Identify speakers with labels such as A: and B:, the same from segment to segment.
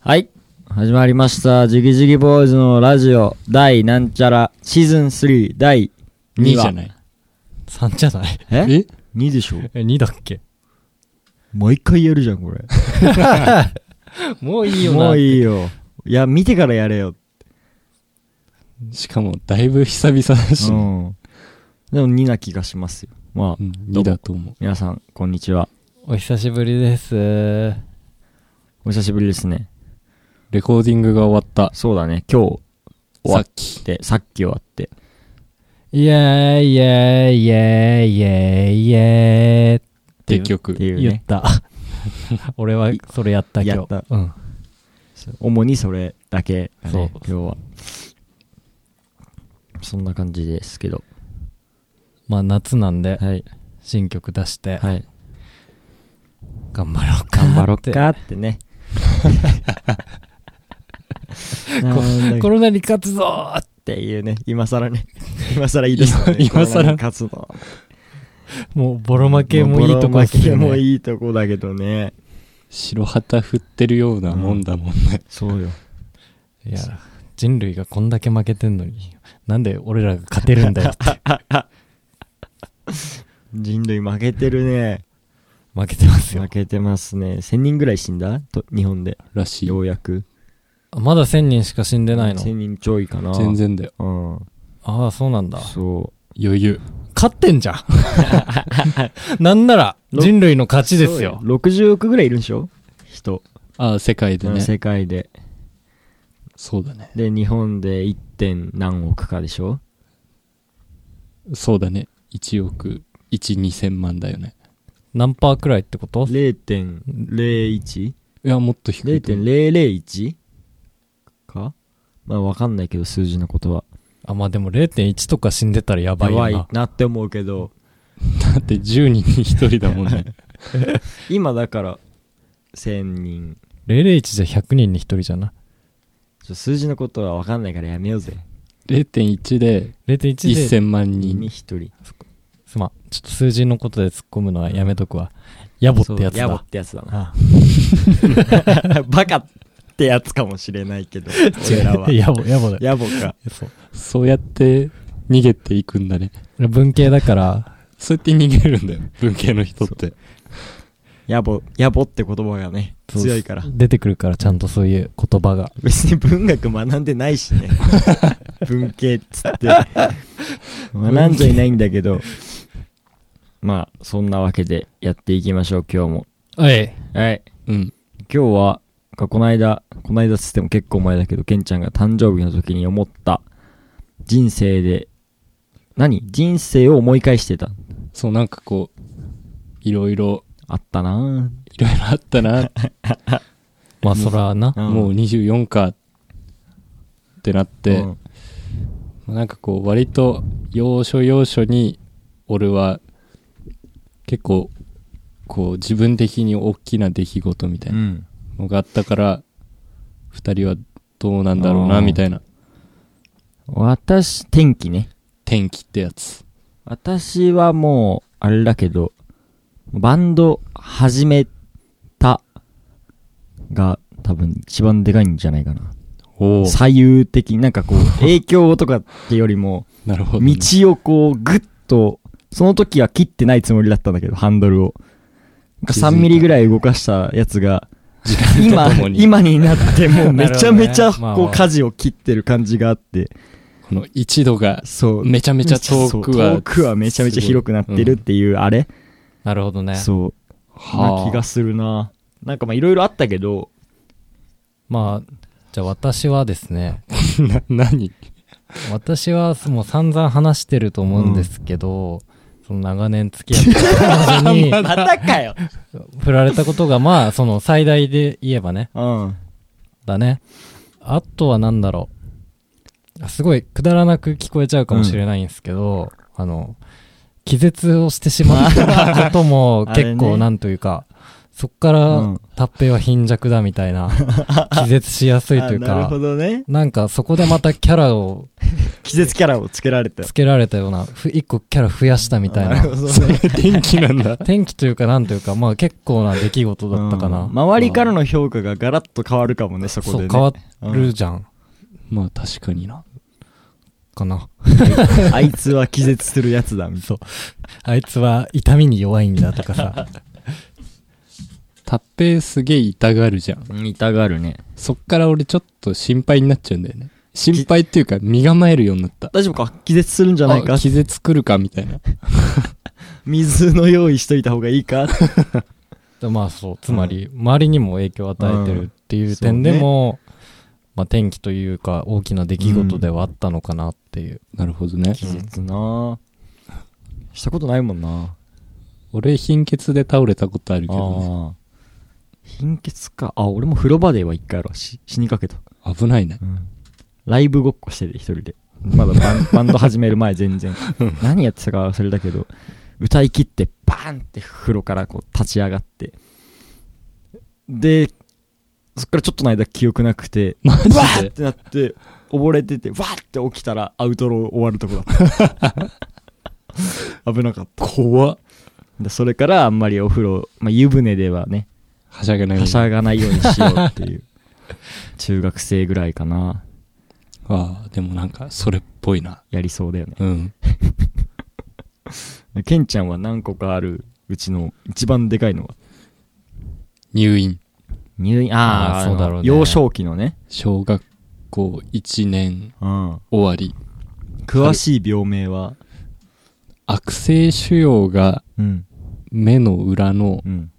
A: はい。始まりました。ジギジギボーイズのラジオ第なんちゃらシーズン3第
B: 2
A: 2
B: じ
A: 話。
B: ゃない。3じゃない。
A: え
C: え
A: ?2 でしょ
B: え、2だっけ
A: 毎回やるじゃん、これ。
B: もういいよな。
A: もういいよ。いや、見てからやれよ。
C: しかも、だいぶ久々だし
A: う。ん。でも2な気がしますよ。ま
C: う
A: あ、
C: ん、2だと思う。
A: 皆さん、こんにちは。
B: お久しぶりです。
A: お久しぶりですね。
C: レコーディングが終わった。
A: そうだね、今日終わ
C: さ
A: っ
C: っき。
A: て、さっき終わって。
B: イェーイイェーイイェーイイェーイイェーイっ
C: 結
A: って
C: 局。
A: い
B: て
A: う
B: 言っ
A: ね。
B: た。 俺はそれやった今日。
A: やった
B: うん。
A: 主にそれだけだね、
B: そう
A: 今日は。そんな感じですけど。
B: まあ夏なんで、
A: はい。
B: 新曲出して、
A: はい。
B: 頑張ろうか。
A: 頑張ろっ。かってね。なん
B: コ
A: だっ
B: ロナに勝つぞー
A: ていうね、今更ね。今更いいですよね。
C: 今今更
A: 活動。
B: もうボロ負けもいいとこっ
A: ボ
B: す
A: ロ負け
B: よね
A: もいいとこだけどね。
C: 白旗振ってるようなもんだもんね。
A: そうよ。
B: いや、人類がこんだけ負けてんのに、なんで俺らが勝てるんだよって。
A: 人類負けてるね。
B: 負け てますよ
A: 負。けてますね。1000人ぐらい死んだと日本で。
C: らしい
A: よ。うやく。
B: まだ1000人しか死んでないの
A: ?1000 人ちょいかな。
C: 全。然だよ。
A: うん。
B: ああ、そうなんだ。
A: そ
C: 余裕。
B: 勝ってんじゃん。 なんなら、
A: ろ
B: 人類の勝ち
A: う。
B: ですよ
A: そう。60億ぐらいいるんでしょ人。
C: ああ、世界でね。
A: 世界で。
C: そうだね。
A: で、日本で 1. 点何億かでしょ
C: そうだね。1億、1、2千万だよね。
B: 何パーくらいってこと
A: 0.01?0.001?
C: いや、もっと低いと思う。
A: かまあわかんないけど数字のことは。
B: あ、まあでも0.1とか死んでたらやばいよ
A: 怖い
B: な。
A: なって思うけど、
C: だって10人に1人だもん ね。
A: 今だから1000人。
B: 001じゃ100人に1人じゃな。
A: ちょ数字のことはわかんないからやめようぜ。
C: 0.1で
B: 0.1で、
C: 1000万人
A: に。一人。
B: すまん。ちょっと数字のことで突っ込むのはやめとくわ。野暮ってやつ
A: そうヤボ
B: だ
A: っ。てやつだな。
B: あ
A: バカってやつかもしれないけど。 俺
B: 違う。
A: らは
B: 野暮、野暮だよ。
A: ヤボか。
B: そう。
C: そうやって逃げていくんだね。
B: 俺文系だから、
C: そうやって逃げるんだよ。文系の人って。
A: ヤボ、ヤボって言葉がね、
B: そう
A: 強いから。
B: 出てくるからちゃんとそういう言葉が。
A: 別に文学学んでないし ね文系っつって学んじゃいないんだけどまあそんなわけでやっていきましょう今日も
B: はい。
A: はい
C: うん。
A: 今日はかこの間この間っつっても結構前だけどケンちゃんが誕生日の時に思った人生で何人生を思い返してた
C: そう、なんかこう、いろいろ、
A: あったない
C: ろいろあったな。
B: まあそらな。
A: うん
C: もう24か、ってなっ
A: ぁ
C: て、
A: うん
C: なんかこう、割と、要所要所に、俺は、結構、こう、自分的に大きな出来事みたいうなんのがあったから、二人はどうなんだろう
A: あ
C: な、
A: ー
C: みたいな。
A: 私天気ね
C: 天気ってやつ。
A: 私はもう、あれだけど、バンド始めたが多分一番でかいんじゃないかな。
C: おお。
A: 左右的、なんかこう、影響とかってよりも、
C: なるほどね、
A: 道をこう、ぐっと、その時は切ってないつもりだったんだけど、ハンドルを。なんか3ミリぐらい動かしたやつが、
C: 時間
A: 今
C: ととも、に、
A: 今になってもう
B: な
A: め
B: るほ
A: ち
B: ど
A: ゃ
B: ね
A: めちゃ、
B: まあ
A: こ
B: まあ
A: う、舵を切ってる感じがあって、
C: この一度が、
A: そう。
C: めちゃめちゃ遠くは。
A: そう遠くはめちゃめちゃ広くなってるっていう、あれ
B: なるほどね。
A: そう。
C: はあ
A: な気がするな。なんかまあいろいろあったけど、
B: まあ、じゃあ私はですね、
C: な、何
B: 私はもう散々話してると思うんですけど、その長年付き合ってた彼 女
A: またかよ。
B: に振られたことが、まあ、その最大で言えばね、
A: うん。
B: だね。あとはなんだろう。あすごいくだらなく聞こえちゃうかもしれないんですけど、あの、気絶をしてしまったことも
A: あれね
B: 結構なんというか、そっか
A: う
B: ら
A: ん、
B: タッペイは貧弱だみたいな、気絶しやすいという
A: あなる
B: か
A: ほ、どね。
B: なんかそこでまたキャラを
A: 季節キャラをつけられた。
B: つけられたような、ふ一個キャラ増やしたみたい
A: なる
B: な。
A: ほどね。
C: 天気なんだ。
B: 天気というかなんというか、まあ結構な出来事だったかな。
A: うん周りからの評価がガラッと変わるかもね、そこで、
B: そ
A: ね。
B: う、変わ
A: う
B: る
A: ん
B: じゃん。
C: まあ確かにな。
B: かな。
A: あいつは気絶するやつだ、みたい
B: そう。あいつは痛みに弱いんだとかさ。
C: タッペイすげえ痛がるじゃん。
A: な。痛がるね。
C: そっから俺ちょっと心配になっちゃうんだよね。心配っていうか身構えるようになった。
A: 大丈夫か気絶するんじゃないか
C: あ気絶来るかみたいな。
A: 水の用意しといた方がいいか
B: でまあそう、つまり、周りにも影響を与えてるっていう
A: そう
B: 点
A: ね
B: でも、まあ天気というか大きな出来事ではあったのかなっていう。
C: なるほどね。
A: 気絶なしたことないもんな
C: 俺貧血で倒れたことあるけどね。
A: あ貧血かあ俺も風呂場では一回あるわし死にかけた、
C: 危ないね。
A: ライブごっこしてて一人でまだバ ンバンド始める前全然何やってたか忘れたけど歌い切ってバーンって風呂からこう立ち上がってでそっからちょっとの間記憶なくて
C: マジ
A: わーっ
C: で。
A: てなって溺れててわーって起きたらアウトロー終わるとこだった 危なかった
C: 怖っ。
A: でそれからあんまりお風呂、まあ、湯船ではね
C: はしゃげないよう
A: は
C: に。
A: しゃがないようにしようっていう中学生ぐらいかな
C: ああ、でもなんかそれっぽいな。
A: やりそうだよね
C: うん。
A: でケンちゃんは何個かあるうちの一番でかいのは
C: 入院。
A: 入院ああ
B: あーそうだろうね
A: あの幼少期のね、
C: 小学校1年
A: うん、
C: 終わり。
A: 詳しい病名は
C: 悪性腫瘍が
A: うん
C: 目の裏の
A: うん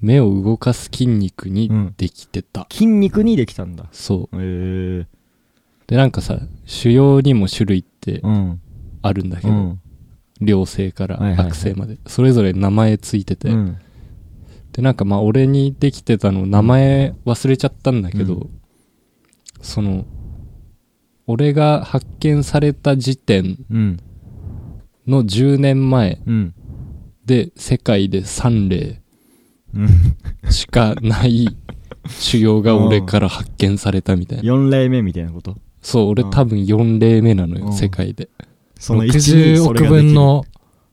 C: 目を動かす筋肉にできてた。
A: 筋肉にできたんだ
C: そう。
A: へえー、
C: で、なんかさ、腫瘍にも種類って
A: うん
C: あるんだけ
A: う
C: ど、
A: ん
C: 良性から
A: はいはいはい
C: 悪性まで、それぞれ名前ついてて、
A: うん
C: で、なんかまあ俺にできてたの、名前忘れちゃったんだけど、
A: う
C: その、俺が発見された時点
A: うん
C: の10年前
A: うん
C: で世界で3例
A: うん
C: しかない腫瘍が俺から発見されたみたいな。
A: 4例目みたいなこと
C: そう、俺多分4例目なのよ、
A: うん
C: 世界で。
A: その1
B: 60億分の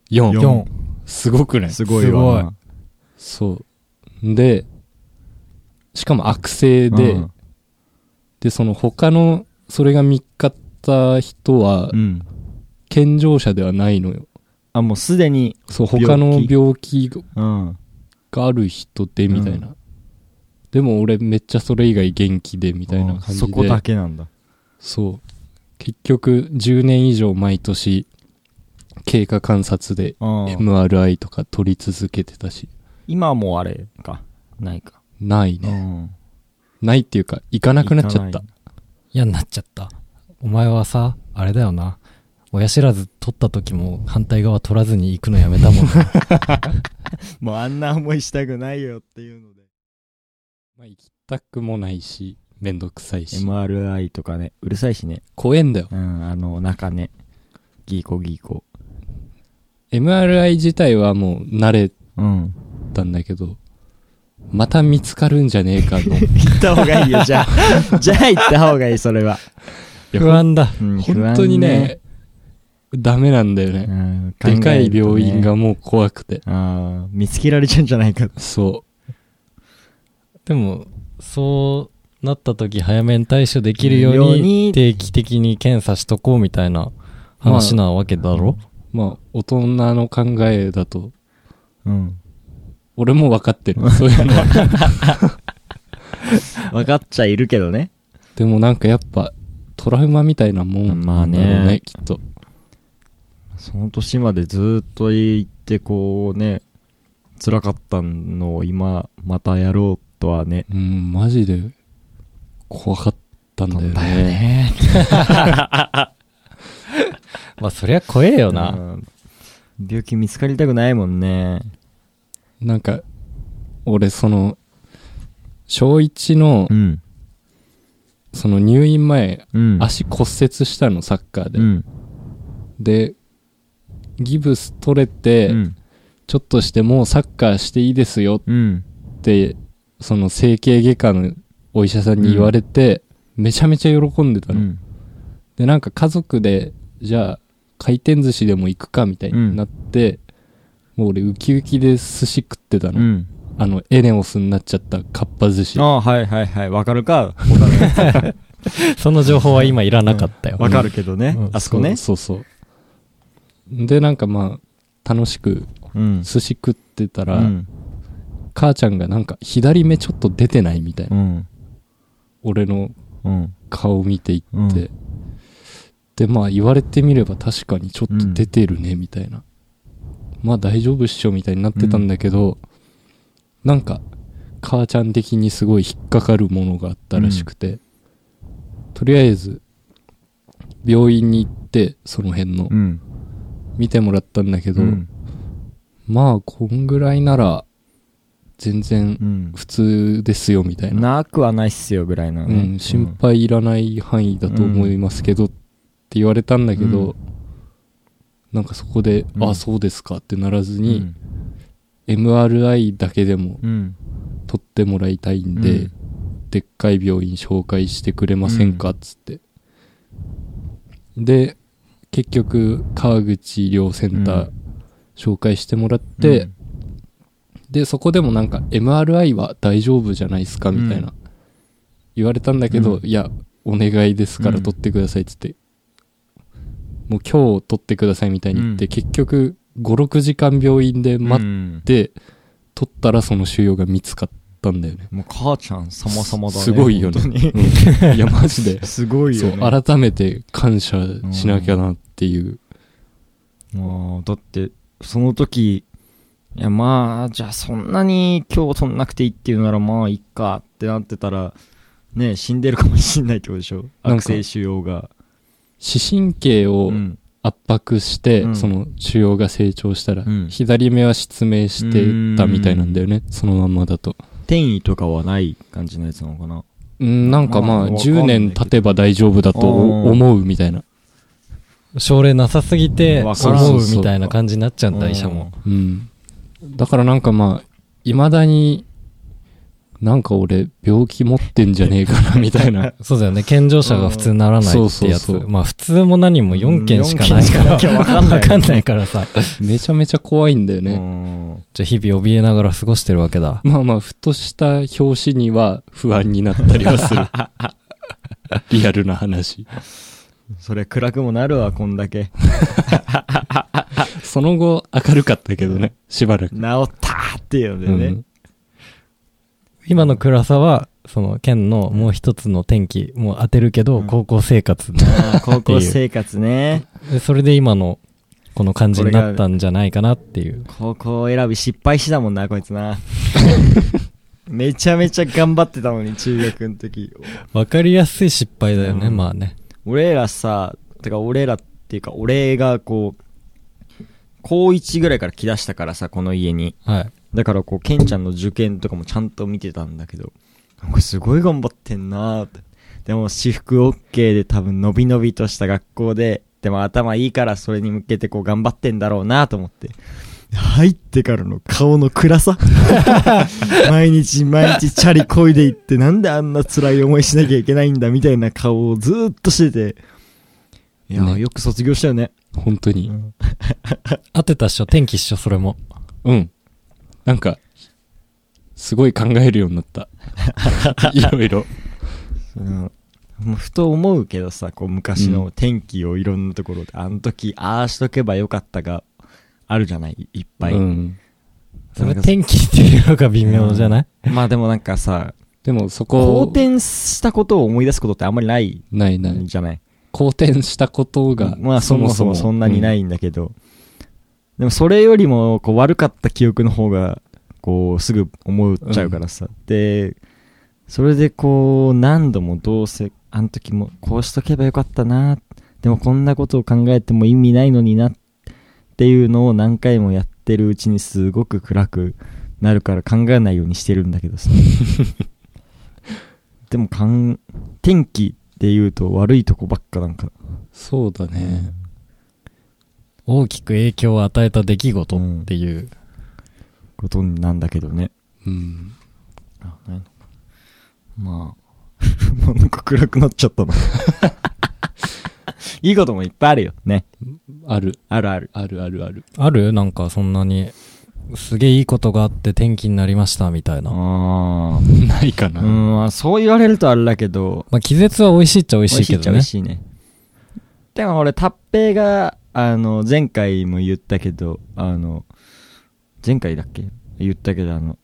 A: 四
C: 4。
B: 4。
C: すごくね。
A: すごいわな
C: そう。で、しかも悪性で、
A: うん
C: で、その他の、それが見っかった人は
A: う、ん
C: 健常者ではないのよ。
A: あもうすでに
C: そう、
A: 病気
C: 他の病気
A: うん
C: がある人で、みたいな。でも俺めっちゃそれ以外元気で、みたいな感じで。
A: そこだけなんだ
C: そう。結局、10年以上毎年、経過観察で
A: うん
C: MRI とか取り続けてたし、
A: 今はもうあれかないか
C: ないね。ないっていうか、行かなくなっちゃった。
B: 嫌になっちゃった。お前はさ、あれだよな。親知らず取った時も反対側取らずに行くのやめたもんな。
A: もうあんな思いしたくないよっていうので
C: まあ、行きたくもないし、めんどくさいし。
A: MRI とかねうるさいしね
C: 怖えんだよ。
A: うんあの中ねギーコギーコ
C: MRI 自体はもう慣れ
A: うん
C: たんだけど、また見つかるんじゃねえか
A: 行
C: の。
A: った方がいいよじゃ あじゃあ行った方がいいそれは、
B: 不安だ。
A: うん
C: 本当にね、ダメなんだよ
A: 不
C: ね。
A: 安ねうん
C: でかい病院
A: 考
C: がもう怖くて。
A: えるとねあー見つけられちゃうんじゃないか
C: そ
B: でも、そうなった時早めに対処できるよう
A: ように
B: に定期的に検査しとこうみたいな話なわけだろ、
C: う。まあ、大人の考えだと、
A: うん
C: 俺も分かって る。そういうのは。
A: 分かっちゃいるけどね
C: でもなんかやっぱ、トラウマみたいなもん
A: まあね
C: なんだろうね、きっと。
A: その年までずっと行ってこうね辛かったのを今またやろうとはね
C: うん、マジで、怖かったんだよね。
A: ね
B: まあそりゃ怖えよな。
A: うん病気見つかりたくないもんね
C: なんか、俺その、小一の、
A: ん
C: その入院前、
A: うん
C: 足骨折したの、サッカーで。
A: うん
C: で、ギブス取れて、
A: うん
C: ちちょっとしてもうサッカーしていいですよ
A: うん
C: って、その整形外科のお医者さんに言われて、めちゃめちゃ喜んでた
A: う
C: の。
A: ん
C: で、なんか家族で、じゃあ、回転寿司でも行くかみたいになって、もう俺ウキウキで寿司食ってた
A: う
C: の。
A: ん
C: あの、エネオスになっちゃったかっぱ寿司。
A: ああはいはいはいわかるか
B: その情報は今いらなかったよ。
A: わかるけどね
B: うん
A: あそこね
C: そうそうそう。で、なんかまあ、楽しく
A: うん
C: 寿司食ってた
A: う
C: ら、
A: ん
C: 母ちゃんがなんか左目ちょっと出てないみたいな、
A: うん
C: 俺の
A: うん
C: 顔を見ていって、
A: うん
C: でまあ言われてみれば確かにちょっと出てるねみたいな、まあ大丈夫っしょみたいになってたんだけど、なんか母ちゃん的にすごい引っかかるものがあったらしくて、とりあえず病院に行ってその辺の
A: うん
C: 見てもらったんだけど、
A: うん
C: まあこんぐらいなら全然
A: うん
C: 普通ですよみたいな
A: なくはないっすよぐらいなの
C: う
A: ね
C: ん、心配いらない範囲だと思いますけど、って言われたんだけど、
A: うん
C: なんかそこで、
A: うん
C: あ、そうですかってならず
A: うん
C: に、MRI だけでも
A: うん
C: 取ってもらいたいんで、
A: うん
C: でっかい病院紹介してくれませんかっつって。で、結局、川口医療センタ
A: う
C: ー
A: ん
C: 紹介してもらって、で、そこでもなんか MRI は大丈夫じゃないですかみたいな、
A: う
C: 言われたんだけど、
A: うん
C: いや、お願いですから
A: うん
C: 取ってくださいっつって、もう今日取ってくださいみたいに言って、
A: うん
C: 結局5、6時間病院で
A: うん
C: 待
A: うん
C: って、取ったらその腫瘍が見つかったんだよ ね。
A: もう母ちゃん様々だね
C: すごいよね
A: 本当に。
C: いや、マジ で
A: すごい
C: そ
A: よ
C: う、
A: ね
C: 改めて感謝しなきゃなっていう。
A: まあだってその時いやまあじゃあそんなに今日取んなくていいっていうならまあいっかってなってたらね死んでるかもしんないってことでしょ
C: なんか
A: 悪性腫瘍が
C: 視神経を
A: うん
C: 圧迫して、
A: うん
C: その腫瘍が成長したら、
A: うん
C: 左目は失明してたみたいなんだよね、そのまんまだと。
A: 転移とかはない感じのやつなのかな
C: うん、なんかま
A: ま
C: あ、
A: あわか
C: 10
A: んないけど
C: 年経てば大丈夫だと
A: あー
C: 思うみたいな。
B: 症例なさすぎて、
A: わ
C: からん
B: 思うみたいな感じになっちゃうんだ、医者も。
C: うん。だからなんかまあ、未だに、なんか俺、病気持ってんじゃねえかな、みた いな。
B: そうだよね。健常者が普通ならない
C: うん
B: ってやつ。
C: そうそうそう
B: まあ普通も何も4件しかないから。
A: うん四件しかないからわかんない
B: わかんないからさ。
C: めちゃめちゃ怖いんだよね。
A: ね
B: じゃあ日々怯えながら過ごしてるわけだ。
C: まあまあ、ふとした表紙には不安になったりは する。リアルな話。
A: それ暗くもなるわこんだけ
C: その後、明るかったけどね、しばらく
A: 治。ったーっていうのでね
B: 今の暗さは、その県のもう一つの天気、もう当てるけど、
A: うん
B: 高校生 活。
A: あー高校生活ね
B: でそれで今のこの感じになったんじゃないかなっていう。
A: 高校選び失敗したもんなこいつ なめちゃめちゃ頑張ってたのに中学の時
B: わかりやすい失敗だよね、
A: うん
B: まあね。
A: 俺らさてか俺らっていうか俺がこう高1ぐらいから来だしたからさこの家に
B: はい。
A: だからこうケンちゃんの受験とかもちゃんと見てたんだけどなんかすごい頑張ってんなーってでも私服 OK で多分伸び伸びとした学校ででも頭いいからそれに向けてこう頑張ってんだろうなと思って入ってからの顔の暗さ毎日毎日チャリこいでいってなんであんな辛い思いしなきゃいけないんだみたいな顔をずーっとしてていやー、
C: ね
A: よく卒業したよね、
C: 本当に。
B: 当てたっしょ、天気っしょ、それも。
C: うん。なんか、すごい考えるように なった。いろいろ。
A: うんもうふと思うけどさこう昔の天気をいろんなところで、あの時ああしとけばよかったがあるじゃないいっぱい、
C: うん。
B: そ
A: な
B: れ
A: んか
B: 天気っていうのが微妙じゃない、
A: まあでもなんかさ
C: でもそ
A: 好
C: こ、
A: 転したことを思い出すことってあんまりない
C: ないない
A: ん。じゃない、
C: 好転したことが、。
A: まあそもそもそんなにないいんだけど、でもそれよりもこう悪かった記憶の方がこうすぐ思っちゃうからさ、でそれでこう何度もどうせあの時もこうしとけばよかったなでもこんなことを考えても意味ないのになっていうのを何回もやってるうちにすごく暗くなるから考えないようにしてるんだけど さでもかん天気っていうと悪いとこばっかなんか
C: そうだね。
B: 大きく影響を与えた出来事っていう
A: ことなんだけどね
C: うん。
A: あないのかまあ もうなんか暗くなっちゃったないいこともいっぱいあるよね
C: ある、
A: あるある
C: あるあるある。
B: あるなんかそんなに、すげえいいことがあって天気になりましたみたいな。
A: ああ
C: ないかな。
A: うんまあそう言われるとあれだけど
B: まあ、気絶は美味しいっちゃ美味しいけど
A: 美
B: ね
A: 味。しいっちゃ美味しいねでも俺タッペイがあの前回も言ったけどあの前回だっけ言ったけどあの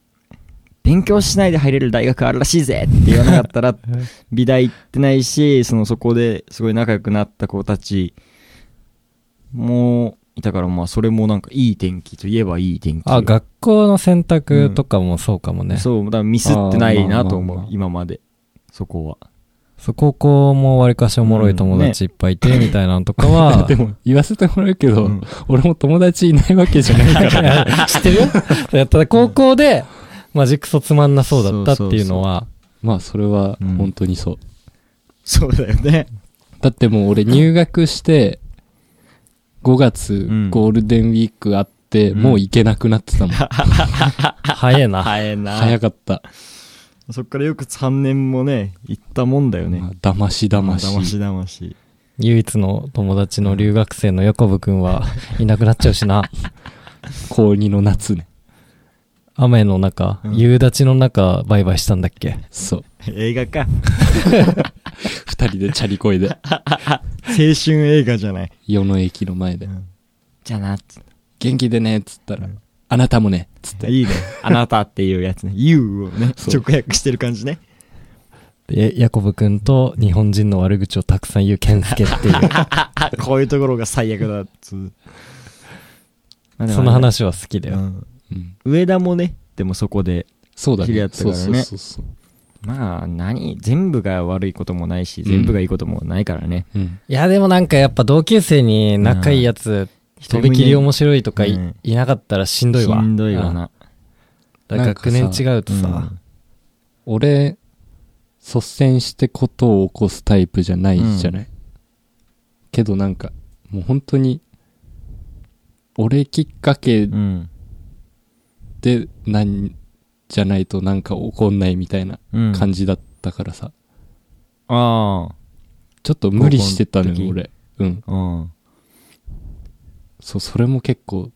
A: 勉強しないで入れる大学あるらしいぜって言わなかったら美大行ってないしそのそこですごい仲良くなった子たちもいたからまあそれもなんかいい天気といえばいい天気
B: あ、学校の選択とかもそうかもね。そ
A: そうだからミスってないなと思
C: あー
A: う
C: まあまあまあ
A: 今までそこは
B: う高校もわりかしおもろい友達いっぱいいて、みたいなのとかは、
C: でも、言わせてもらうけど、
A: うん
C: 俺も友達いないわけじゃないか ら。
B: 知ってるよそうやったら高校で、マジクソつまんなそうだったっていうのは、
C: まあ、それは
A: うん
C: 本当にそう。
A: そうだよね
C: だってもう俺入学して、5月
A: うん
C: ゴールデンウィークあって、
A: うん
C: もう行けなく なってたもん。
B: 早えな。
A: 早いな
C: 早かった。
A: そっからよく3年もね、行ったもんだよね。
C: まあだましだまし。
A: だましだまし。
B: 唯一の友達の留学生の横部くんはいなくなっちゃう しな。
C: 高2の夏ね。
B: 雨の中、
A: うん
B: 夕立の中、バイバイしたんだっけ
C: そう。
A: 映画か。
C: 二人でチャリこい で、
A: 青春映画じゃない。
C: 世の駅の前で。
A: じゃあな、っつっ
C: 元気でねっつったら
A: うん、。
C: あなたもねっつってて。
A: いいね。あなたっていうやつね。You をね、
C: そう
A: 直訳してる感じね。
B: で、ヤコブくんと日本人の悪口をたくさん言うケンスケっていう、
A: あ、こういうところが最悪だ、つう。まあでも
B: その話は好きだ
A: う
B: よ。
A: ん
C: うん
A: 上田もね、でもそこで、
C: そうだ
A: 知り合
C: ね。
A: った
C: そ
A: か
C: う
A: ら
C: そう
A: ね
C: そうそう。
A: まあ、何、全部が悪いこともないし、
C: うん
A: 全部がいいこともないからね。
C: うん。
B: いや、でもなんかやっぱ同級生に仲いいやつ、とびきり面白いとかい,、
A: うん
B: いなかったらしんどいわ。
A: しんどいわな。
B: うん。だから学年違うとさ、
A: うん
C: 俺、率先してことを起こすタイプじゃないじゃない。けどなんか、もう本当に、俺きっかけ
A: うん。
C: で、なん、じゃないとなんか起こんないみたいな
A: うん。
C: 感じだったからさ。
A: あ
C: ちょっと無理してたの
A: 高校
C: よ、
A: の
C: 俺。うん。
A: あ。うん。
C: そう、それも結構、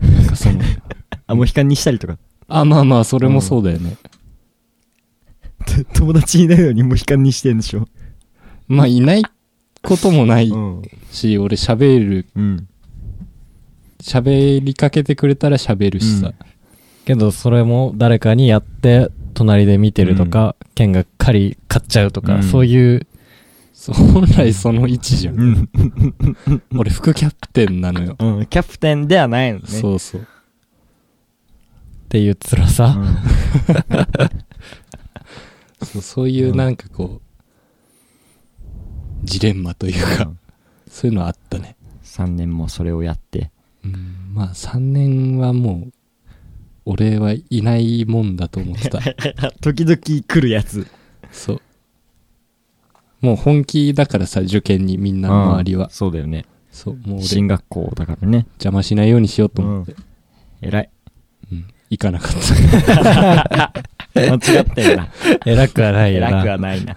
C: なんかその、
A: あ、もう悲観にしたりとか。
C: あ、まあまあ、それもそうだよね。
A: 友達いないのにもう悲観にしてんでしょ。
C: まあ、いないこともない
A: ん。
C: し、俺喋る、
A: うん。
C: 喋りかけてくれたら喋るしさ。
B: けどそれも誰かにやって、隣で見てるとか、ケンが狩り買っちゃうとか、
A: うん
B: そういう、
C: そう本来その位置じゃん。
A: ん。
C: 俺、副キャプテンなのよ。
A: うん。キャプテンではないのね。う。
C: そうそう。
B: っていう辛さ。
A: ん、
C: そうそういうなんかこう、ジレンマというか、そういうのあったね。
A: 3年もそれをやって。
C: うん、まあ、3年はもう、俺はいないもんだと思って た。
A: 時々来るやつ。
C: そう。もう本気だからさ、受験にみんな周りは。
A: そうだよね。
C: そう、もう俺
A: 進学校だからね。
C: 邪魔しないようにしようと思って。
A: 偉い。
C: うん。行かなかった。
A: 間違ってるな。
B: 偉くはないよ
A: 偉くは
B: な。
A: ないな。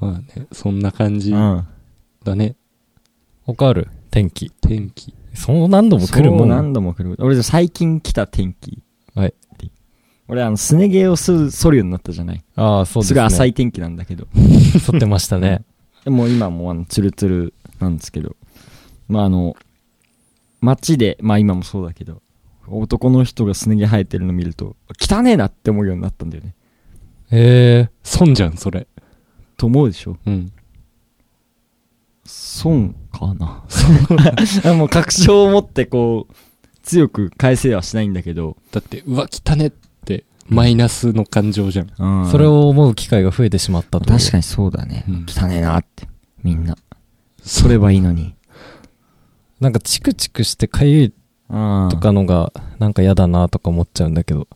C: まあね、そんな感じ
A: うん。
C: だね。
B: 他ある天気。
C: 天気。
B: そう何度も来るも。
A: そうん何度も来る。俺、最近来た天気。
B: はい。
A: 俺、あの、すね毛をす剃るようになったじゃない。
B: ああ、そうですす
A: ご
B: ね。
A: い浅い天気なんだけど。
B: 剃ってましたね。
A: でも今もうあのツルツルなんですけど、まああの、街で、まあ今もそうだけど、男の人がすね毛生えてるの見ると、汚ねえなって思うようになったんだよね。
B: ええ
C: 損じゃん、それ。
A: と思うでしょ
C: うん。
A: 損かな もう確証を持ってこう、強く返せはしないんだけど、
C: だって、うわ、汚ねって、マイナスの感情じゃん。
A: うん
B: それを思う機会が増えてしまったと。
A: 確かにそうだね。
C: うん
A: 汚ねえなって、みんな。そればいいのに。
B: なんかチクチクしてかゆいと
A: と
B: かのが、なんか嫌だなとか思っちゃうんだけど。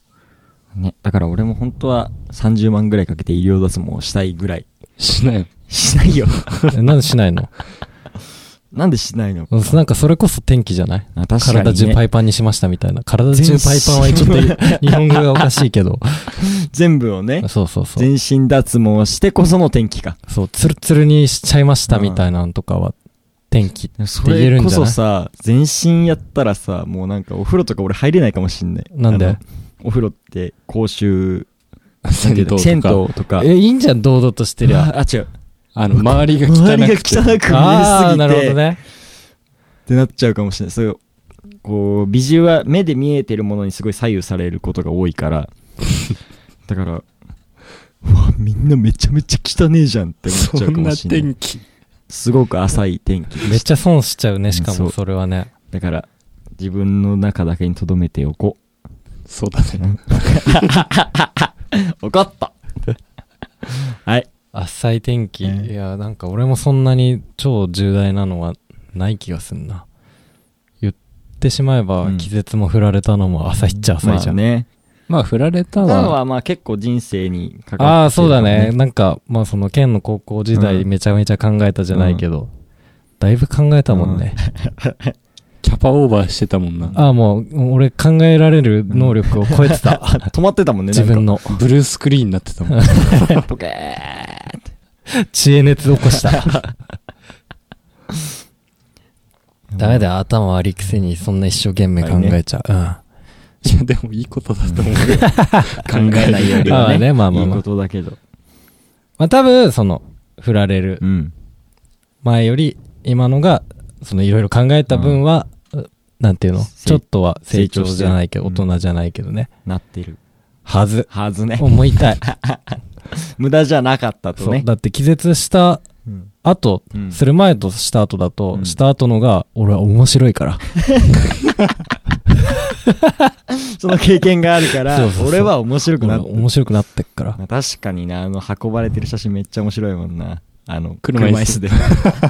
A: ね。だから俺も本当は30万ぐらいかけて医療脱毛をしたいぐらい。
C: しない。
A: しないよ。
B: えなんでしないの
A: なんでしないの
B: うんなんかそれこそ天気じゃない
A: あ確か
B: 体
A: に、
B: 中
A: ね、
B: パイパンにしましたみたいな。体中パイパンはちょっと日本語がおかしいけ ど。
A: 全部をね
B: そうそうそう。
A: 全身脱毛してこその天気か
B: そう、ツルツルにしちゃいましたみたいなんとかは、天気。
A: そ
B: 言え
A: れ
B: るん
A: こ
B: じゃな
A: そ
B: い
A: さ全身やったらさもうなんかお風呂とか俺入れないかもしんない
B: なんで
A: あのお風呂って公衆
C: 銭湯と
A: 銭湯
C: か、
A: とか
B: え、いいんじゃん、堂々としてりゃ。
A: ああ違う
C: あの、周りが汚
A: 周りが
C: くて。
A: 汚く
B: ああ、
A: 見
B: な
A: え
B: る
A: す
B: ほ
A: ぎて、
B: どね。
A: ってなっちゃうかもしれないそういうこうビジュア目で見えてるものにすごい左右されることが多いからだからうわみんなめちゃめちゃ汚ねえじゃんって思っちゃ
C: そ
A: うんかも
C: な
A: しれない
C: 天気。
A: すごく浅い天気
B: めっちゃ損しちゃう
A: う
B: ね、
A: ん
B: しか
A: そ
B: も
A: う
B: それはね。
A: だから自分の中だけに留めておこ
C: そうだね。
A: う 怒ったはい
B: 浅い天気。
A: ね
B: いや、なんか俺もそんなに超重大なのはない気がすんな。言ってしまえば
A: う、ん
B: 気絶も振られたのも浅いっちゃ浅いじゃん。
A: まあね
C: まあ、振られた
A: なの
C: は、
A: はまあ結構人生に関わって
B: ああ、そうだ
A: ね
B: ね。なんか、まあその、県の高校時代
A: うん
B: めちゃめちゃ考えたじゃないけど、だいぶ考えたもんね。
C: キャパオーバーしてたもんな。
B: ああ、もう、俺考えられる能力を超えてた。
A: 止まってたもんね
B: 自分の
C: ブルースクリーンになってたもん。
A: なんかポケーって
B: 知恵熱起こした。 ダメだよ、頭悪いくせにそんな一生懸命考えちゃう。
C: いや、でもいいことだと思うよ。
A: 考えない より
B: あ
A: は
B: あ
A: ね
B: ねまあまあ
A: いい
B: まあ
A: ことだけど
B: うん。まあ多分、その、振られる
A: うん
B: 前より、今のが、そのいろいろ考えた分は、なんていうの
A: せ
B: ちょっとは成長
A: 成長して
B: じゃないけど、大
A: うん
B: 人じゃないけどね。
A: なってる
B: はず。
A: はずね
B: 思いたい。
A: 無駄じゃなかったと
B: そう。
A: ね
B: だって気絶した
A: うん
B: 後、
A: うん
B: する前とした後だと、
A: うん
B: した後のが、俺は面白いから。
A: その経験があるから
B: そうそうそう
A: 俺は面白く
B: 俺
A: な
B: は
A: った
B: 面白くなってっから。
A: まあ確かになあの運ばれてる写真めっちゃ面白いもんなあの
C: 車
A: 車
C: 椅
A: 椅
C: 子
A: 子で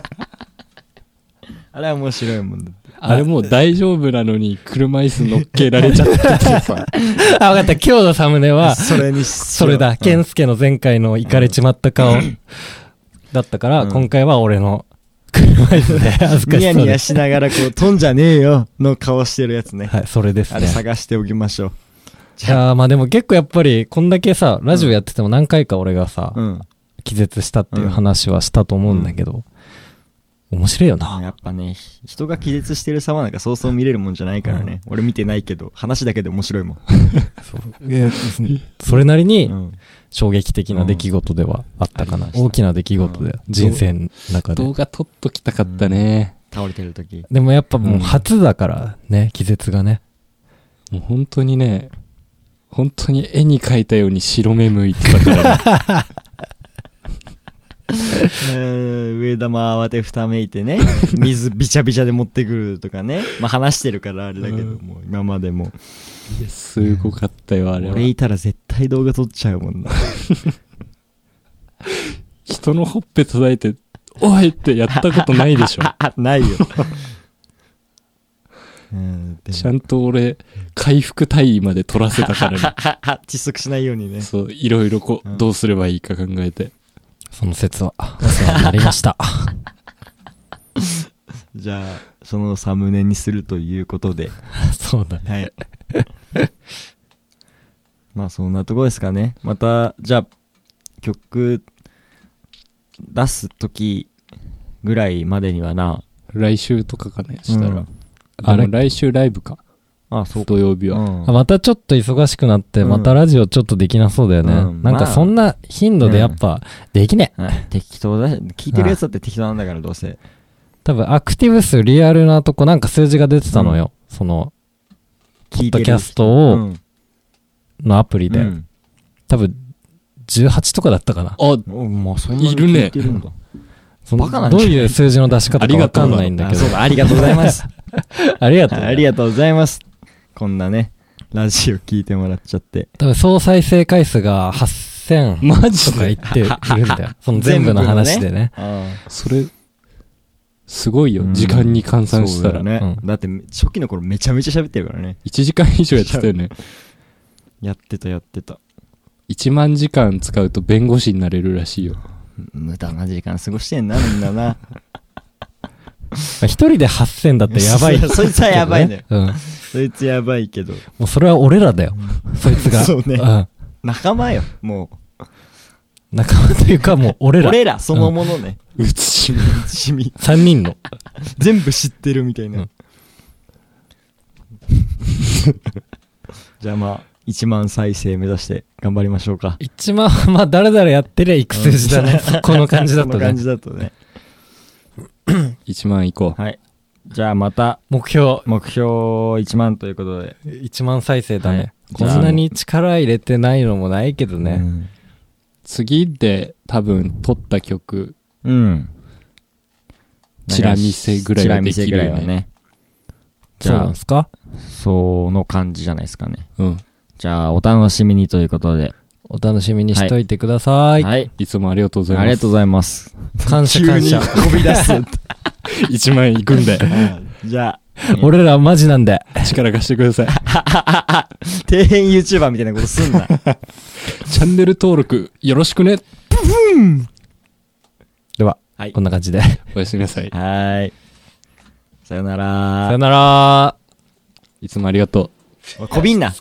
A: あれは面白いもんだって
C: あれもう大丈夫なのに車椅子乗っけられちゃっててさ。
B: あ、わかった。今日のサムネは、
A: それに
B: それだ。ケンスケの前回のイカれちまった顔だったから、
A: うん
B: 今回は俺の 車椅子で恥ずか
A: ニ
B: し
A: ヤ
B: そう
A: ニ
B: で
A: ヤ。しながらこう飛んじゃねえよの顔してるやつね
B: はい、それです
A: あ
B: ね
A: れ。探しておきましょう
B: いやーまあでも結構やっぱり、こんだけさ、ラジオやってても何回か俺がさ、
A: うん
B: 気絶したっていう話はしたと思うんだけど、面白いよな。
A: やっぱねひ人が気絶してる様なんかそうそう見れるもんじゃないからね俺見てないけど話だけで面白いもん
B: それなりに
A: うん
B: 衝撃的な出来事ではあったかな。
A: うん
B: 大きな出来事で、
A: うん
B: 人生の 中で
C: 動。画撮っときたかったね。
A: 倒れてる時
B: でもやっぱもう初だからね、気絶がね。
C: もう本当にね、本当に絵に描いたように白目向いてた から、ね、
A: えー上田も慌てふためいてね 水びちゃびちゃで持ってくるとかねまあ話してるからあれだけど、
C: うん
A: もう今までも
C: いやすごかったよ、あれは。
A: 俺いたら絶対動画撮っちゃうもんな
C: 人のほっぺ叩いて、おいってやったことないでしょ。
A: ない よ うんで
C: ちゃんと俺、回復体位まで取らせたからね。
A: も窒息しないようにね
C: そう、いろいろこ
A: うん
C: う、どうすればいいか考えて。
B: その説 は、お世話になりました。
A: じゃあそのサムネにするということで
B: そうだね。
A: はい まあそんなとこですかねまたじゃあ曲出す時ぐらいまでにはな
C: 来週とかかね、したら。
A: うん
C: あ
B: あ
C: の、
B: れ
C: 来週ライブか。
A: あそうか
C: 土曜日
A: う
C: は。
A: ん
B: あまたちょっと忙しくなって、
A: うん
B: またラジオちょっとできなそうだよね。
A: うん
B: なん
A: ま
B: か
A: あ
B: そんな頻度でやっぱ、できねえ。
A: はい適当だ聞いてるやつだって適当なんだからどうせ
B: 多分アクティブ数リアルなとこなんか数字が出てたのよ。その、ポ
A: 聞
B: ッ
A: いて
B: ド
A: る
B: キャスト
A: う
B: を、
A: ん
B: のアプリ
A: う
B: で。
A: ん
B: 多分、18とかだったかな。
C: あ、
A: おまあそんなに
C: いるね
A: 聞てんだ
B: その
A: バカなんじ
B: ど
A: ゃ
B: う
A: ない
B: いう数字の出し方かわかんないんだ
A: あ
B: けど
A: そう。だありがとうござい ます
B: ありがとう。
A: ありがとうございますこんなねラジオ聞いてもらっちゃって
B: 多分総再生回数が8000
C: マ
B: と
C: ジ
B: か
C: で
B: 言ってるん だよ。その全部の話でね。
A: あ
C: それ、すごいよ
A: う。ん
C: 時間に換
A: そ
C: 算
A: う
C: した
A: だ
C: ら。
A: よ
C: 1
A: ね
B: うん
A: だって初期の頃めちゃめちゃ喋ってるからね
C: 時間以上やってたよ ね。
A: やってたやってた
C: 1万時間使うと弁護士になれるらしいよ。
A: 無駄な時間過ごしてんなみんなな
B: 一人で8000だったらやばい、
A: そいつはやばいのよ。
B: うん。も
A: そいつやばいけど。
B: うそれは俺らだよ。そいつが。
A: そうね
B: ん。
A: 仲間よ、も
B: 仲間というかもう俺
A: う。
B: ら。
A: 俺らそのものね。
C: うちしみ。
A: 地味。
B: 3人の。
A: 全部知ってるみたいな。
B: うん
A: じゃあまあ、1万再生目指して頑張りましょうか。
B: 一番、まあ、誰々やってりゃいく数字だね。この感じだ
A: ことの感
B: ね。
A: じだとね。
C: 1万いこう。
A: はい。じゃあまた、
B: 目標、
A: 目標1万ということで。
B: 1万再生だね。
A: はい
B: こんなに力入れてないのもないけどね。
C: 次で多分撮った曲、
A: うん。うん。
C: チラ見せぐらいはできるよ
A: チラ見せぐら
C: ね
A: いはね。じ
B: そう
A: ゃ
B: なん
A: あ
B: で、すか
A: その感じじゃないですかね。
C: うん。
A: じゃあ、お楽しみにということで。
B: お楽しみにしといてください。
A: はい。
C: いつもありがとうございま
A: あ
C: す。
A: りがとうございます。
B: 感謝感謝。
A: 飛び出 す。
C: 1万いくん で、
A: じゃあ、
B: 俺らマジなんで。
C: 力貸してく ださい。
A: 底辺 YouTuber みたいなことすんな。
C: チャンネル登録よろしくね。
B: では、
A: はい
B: こんな感じで。
C: おやすみなさい。
A: はーい。さよなら。
B: よなら。
C: いつもありがとう。
A: こびんな。